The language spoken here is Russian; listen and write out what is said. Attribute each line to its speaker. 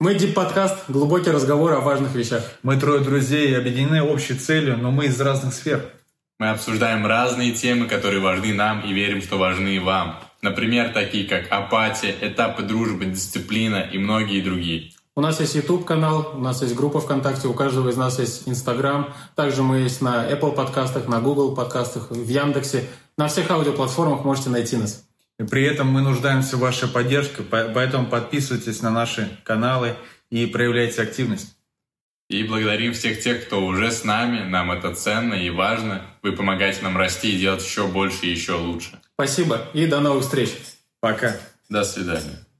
Speaker 1: Мы Deep Подкаст, глубокий разговор о важных вещах.
Speaker 2: Мы трое друзей, объединены общей целью, но мы из разных сфер.
Speaker 3: Мы обсуждаем разные темы, которые важны нам и верим, что важны вам. Например, такие как апатия, этапы дружбы, дисциплина и многие другие.
Speaker 1: У нас есть YouTube-канал, у нас есть группа ВКонтакте, у каждого из нас есть Instagram. Также мы есть на Apple подкастах, на Google подкастах, в Яндексе. На всех аудиоплатформах можете найти нас.
Speaker 2: И при этом мы нуждаемся в вашей поддержке, по- поэтому подписывайтесь на наши каналы и проявляйте активность.
Speaker 3: И благодарим всех тех, кто уже с нами. Нам это ценно и важно. Вы помогаете нам расти и делать еще больше и еще лучше.
Speaker 1: Спасибо и до новых встреч.
Speaker 2: Пока.
Speaker 3: До свидания.